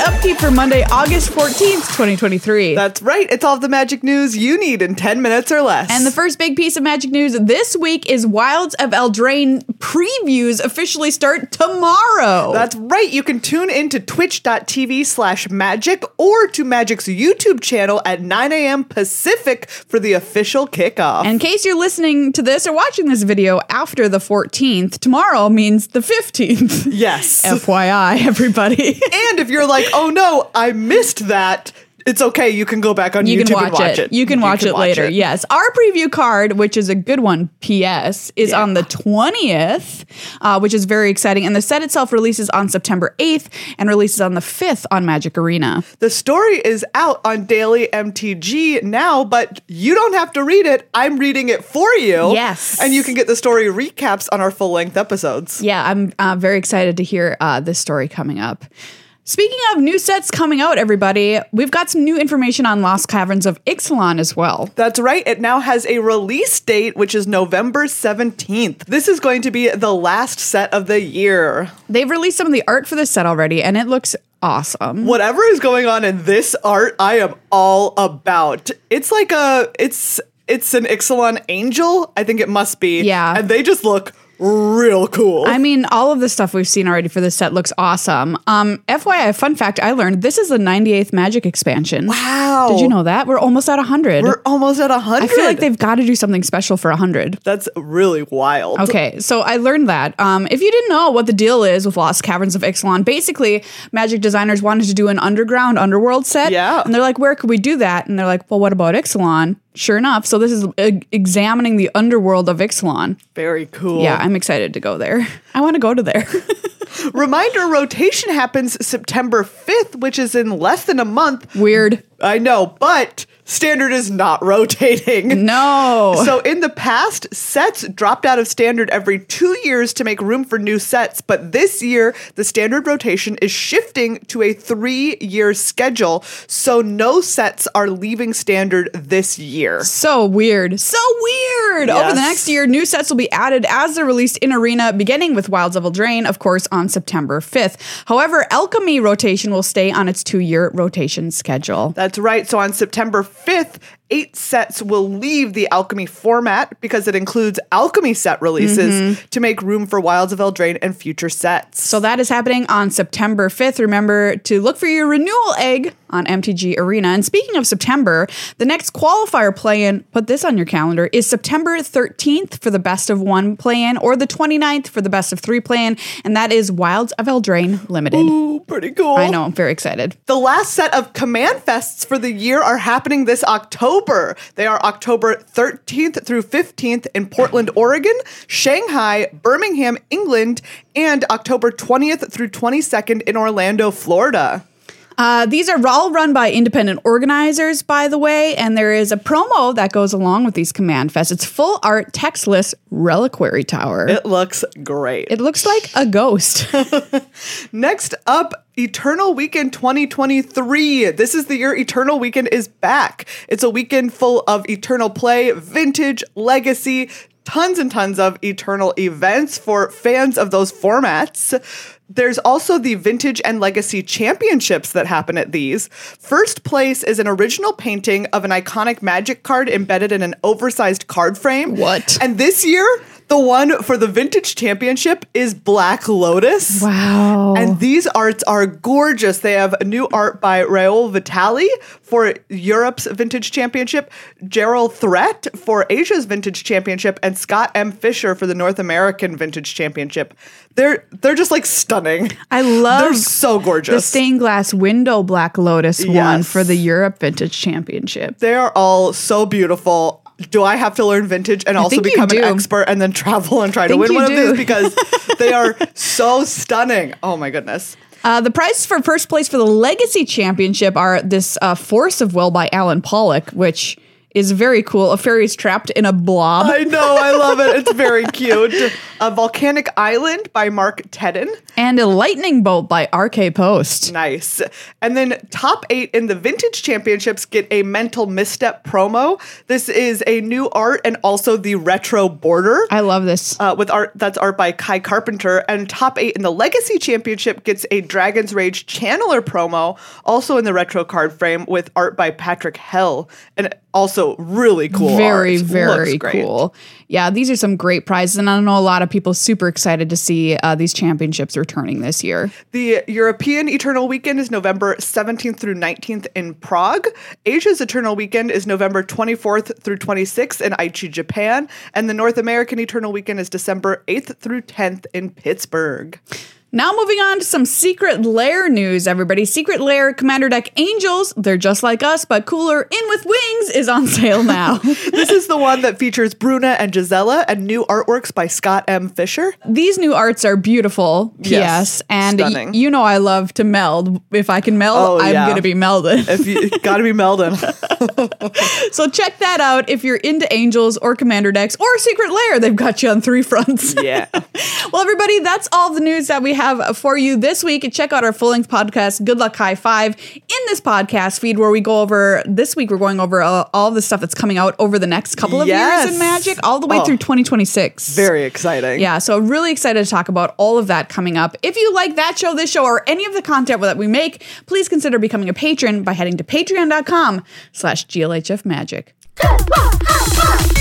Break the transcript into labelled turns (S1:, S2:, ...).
S1: upkeep for Monday, August 14th, 2023.
S2: That's right. It's all of the magic news you need in 10 minutes or less.
S1: and the first big piece of magic news this week is Wilds of Eldraine previews officially start tomorrow.
S2: That's right. You can tune in to twitch.tv slash magic or to Magic's YouTube channel at 9 a.m. Pacific for the official kickoff.
S1: in case you're listening to this or watching this video after the 14th, tomorrow means the 15th.
S2: yes.
S1: FYI, everybody.
S2: and if you're like, oh no, I missed that, it's okay. You can go back on
S1: you
S2: YouTube
S1: can watch,
S2: and watch it.
S1: it. You can watch it later. Yes. Our preview card, which is a good one, PS, is
S2: Yeah.
S1: on the 20th, uh, which is very exciting. And the set itself releases on September 8th and releases on the 5th on Magic Arena.
S2: The story is out on Daily MTG now, but you don't have to read it. I'm reading it for you.
S1: Yes.
S2: And you can get the story recaps on our full length episodes.
S1: Yeah, I'm uh, very excited to hear uh, this story coming up. Speaking of new sets coming out, everybody, we've got some new information on Lost Caverns of Ixalan as well.
S2: That's right. It now has a release date, which is November 17th. This is going to be the last set of the year.
S1: They've released some of the art for this set already, and it looks awesome.
S2: Whatever is going on in this art, I am all about. It's like a it's it's an Ixalan angel. I think it must be.
S1: Yeah.
S2: And they just look real cool.
S1: I mean, all of the stuff we've seen already for this set looks awesome. Um, FYI, fun fact I learned this is the 98th Magic expansion.
S2: Wow.
S1: Did you know that? We're almost at 100.
S2: We're almost at 100.
S1: I feel like they've got to do something special for 100.
S2: That's really wild.
S1: Okay, so I learned that. Um, if you didn't know what the deal is with Lost Caverns of Ixalan, basically, Magic designers wanted to do an underground underworld set.
S2: Yeah.
S1: And they're like, where could we do that? And they're like, well, what about Ixalan? Sure enough. So this is uh, examining the underworld of Ixalan.
S2: Very cool.
S1: Yeah, I'm excited to go there. I want to go to there.
S2: Reminder rotation happens September 5th, which is in less than a month.
S1: Weird.
S2: I know, but standard is not rotating.
S1: No.
S2: So in the past, sets dropped out of standard every two years to make room for new sets, but this year the standard rotation is shifting to a three-year schedule, so no sets are leaving standard this year.
S1: So weird. So weird. Over
S2: Yes.
S1: the next year, new sets will be added as they're released in Arena, beginning with Wilds of Eldraine, of course, on September 5th. However, Alchemy rotation will stay on its two year rotation schedule.
S2: That's right. So on September 5th, eight sets will leave the Alchemy format because it includes Alchemy set releases to make room for Wilds of Eldraine and future sets.
S1: Mm-hmm. So that is happening on September 5th. Remember to look for your renewal egg on MTG Arena. And speaking of September, the next qualifier play in, put this on your calendar, is September 13th for the best of one play in or the 29th for the best of three play in. And that is Wilds of Eldraine Limited.
S2: Ooh, pretty cool.
S1: I know, I'm very excited.
S2: The last set of Command Fests for the year are happening this October. They are October 13th through 15th in Portland, Oregon, Shanghai, Birmingham, England, and October 20th through 22nd in Orlando, Florida.
S1: Uh, these are all run by independent organizers, by the way, and there is a promo that goes along with these Command Fest. It's full art, textless reliquary tower. It,
S2: It looks great.
S1: looks like a ghost.
S2: Next up, Eternal Weekend 2023. This is the year Eternal Weekend is back. It's a weekend full of Eternal play, vintage, legacy, tons and tons of Eternal events for fans of those formats. There's also the Vintage and Legacy Championships that happen at these. First place is an original painting of an iconic magic card embedded in an oversized card frame.
S1: What?
S2: And this year, the one for the Vintage Championship is Black Lotus.
S1: wow.
S2: And these arts are gorgeous. They have new art by Raoul Vitali for Europe's Vintage Championship, Gerald Threat for Asia's Vintage Championship, and Scott M. Fisher for the North American Vintage Championship. They're they're just like stunning.
S1: I love
S2: They're so
S1: the
S2: gorgeous.
S1: stained glass window Black Lotus one
S2: Yes.
S1: for the Europe Vintage Championship.
S2: they are all so beautiful. Do I have to learn vintage and also
S1: think you
S2: become an
S1: do.
S2: expert and then travel and try to
S1: think
S2: win
S1: you
S2: one of
S1: do.
S2: these because they are so stunning. Oh my goodness.
S1: Uh, the prizes for first place for the Legacy Championship are this uh, Force of Will by Alan Pollock, which is very cool. A fairy's trapped in a blob.
S2: I know, I love it. It's very cute. A Volcanic Island by Mark Tedden.
S1: and a lightning bolt by RK Post.
S2: Nice. And then top eight in the vintage championships get a mental misstep promo. This is a new art and also the retro border.
S1: I love this.
S2: Uh, with art that's art by Kai Carpenter and top eight in the Legacy Championship gets a Dragon's Rage Channeler promo, also in the retro card frame with art by Patrick Hell, and also really cool.
S1: very,
S2: art. Looks
S1: very
S2: great.
S1: cool. Yeah, these are some great prizes, and I know a lot of people super excited to see uh, these championships returning this year.
S2: The European Eternal Weekend is November 17th through 19th in Prague. Asia's Eternal Weekend is November 24th through 26th in Aichi, Japan. And the North American Eternal Weekend is December 8th through 10th in Pittsburgh.
S1: Now, moving on to some Secret Lair news, everybody. Secret Lair Commander Deck Angels, they're just like us, but cooler, in with wings, is on sale now.
S2: this is the one that features Bruna and Gisela and new artworks by Scott M. Fisher.
S1: These new arts are beautiful, P.S.
S2: Yes,
S1: and y-
S2: stunning.
S1: you know I love to meld. If I can meld,
S2: Oh,
S1: I'm
S2: yeah.
S1: going to be melded.
S2: If you gotta be Meldon.
S1: so check that out if you're into Angels or Commander decks or Secret Lair. They've got you on three fronts.
S2: Yeah.
S1: Well, everybody, that's all the news that we have for you this week. Check out our full length podcast, Good Luck High Five, in this podcast feed where we go over this week. We're going over uh, all the stuff that's coming out over the next couple of
S2: Yes.
S1: years in Magic, all the way
S2: Oh.
S1: through 2026.
S2: Very exciting.
S1: Yeah, so really excited to talk about all of that coming up. If you like that show, this show, or any of the content that we make, please consider becoming a patron by heading to patreon.com slash glhfmagic.
S3: Hot, hot, hot, hot.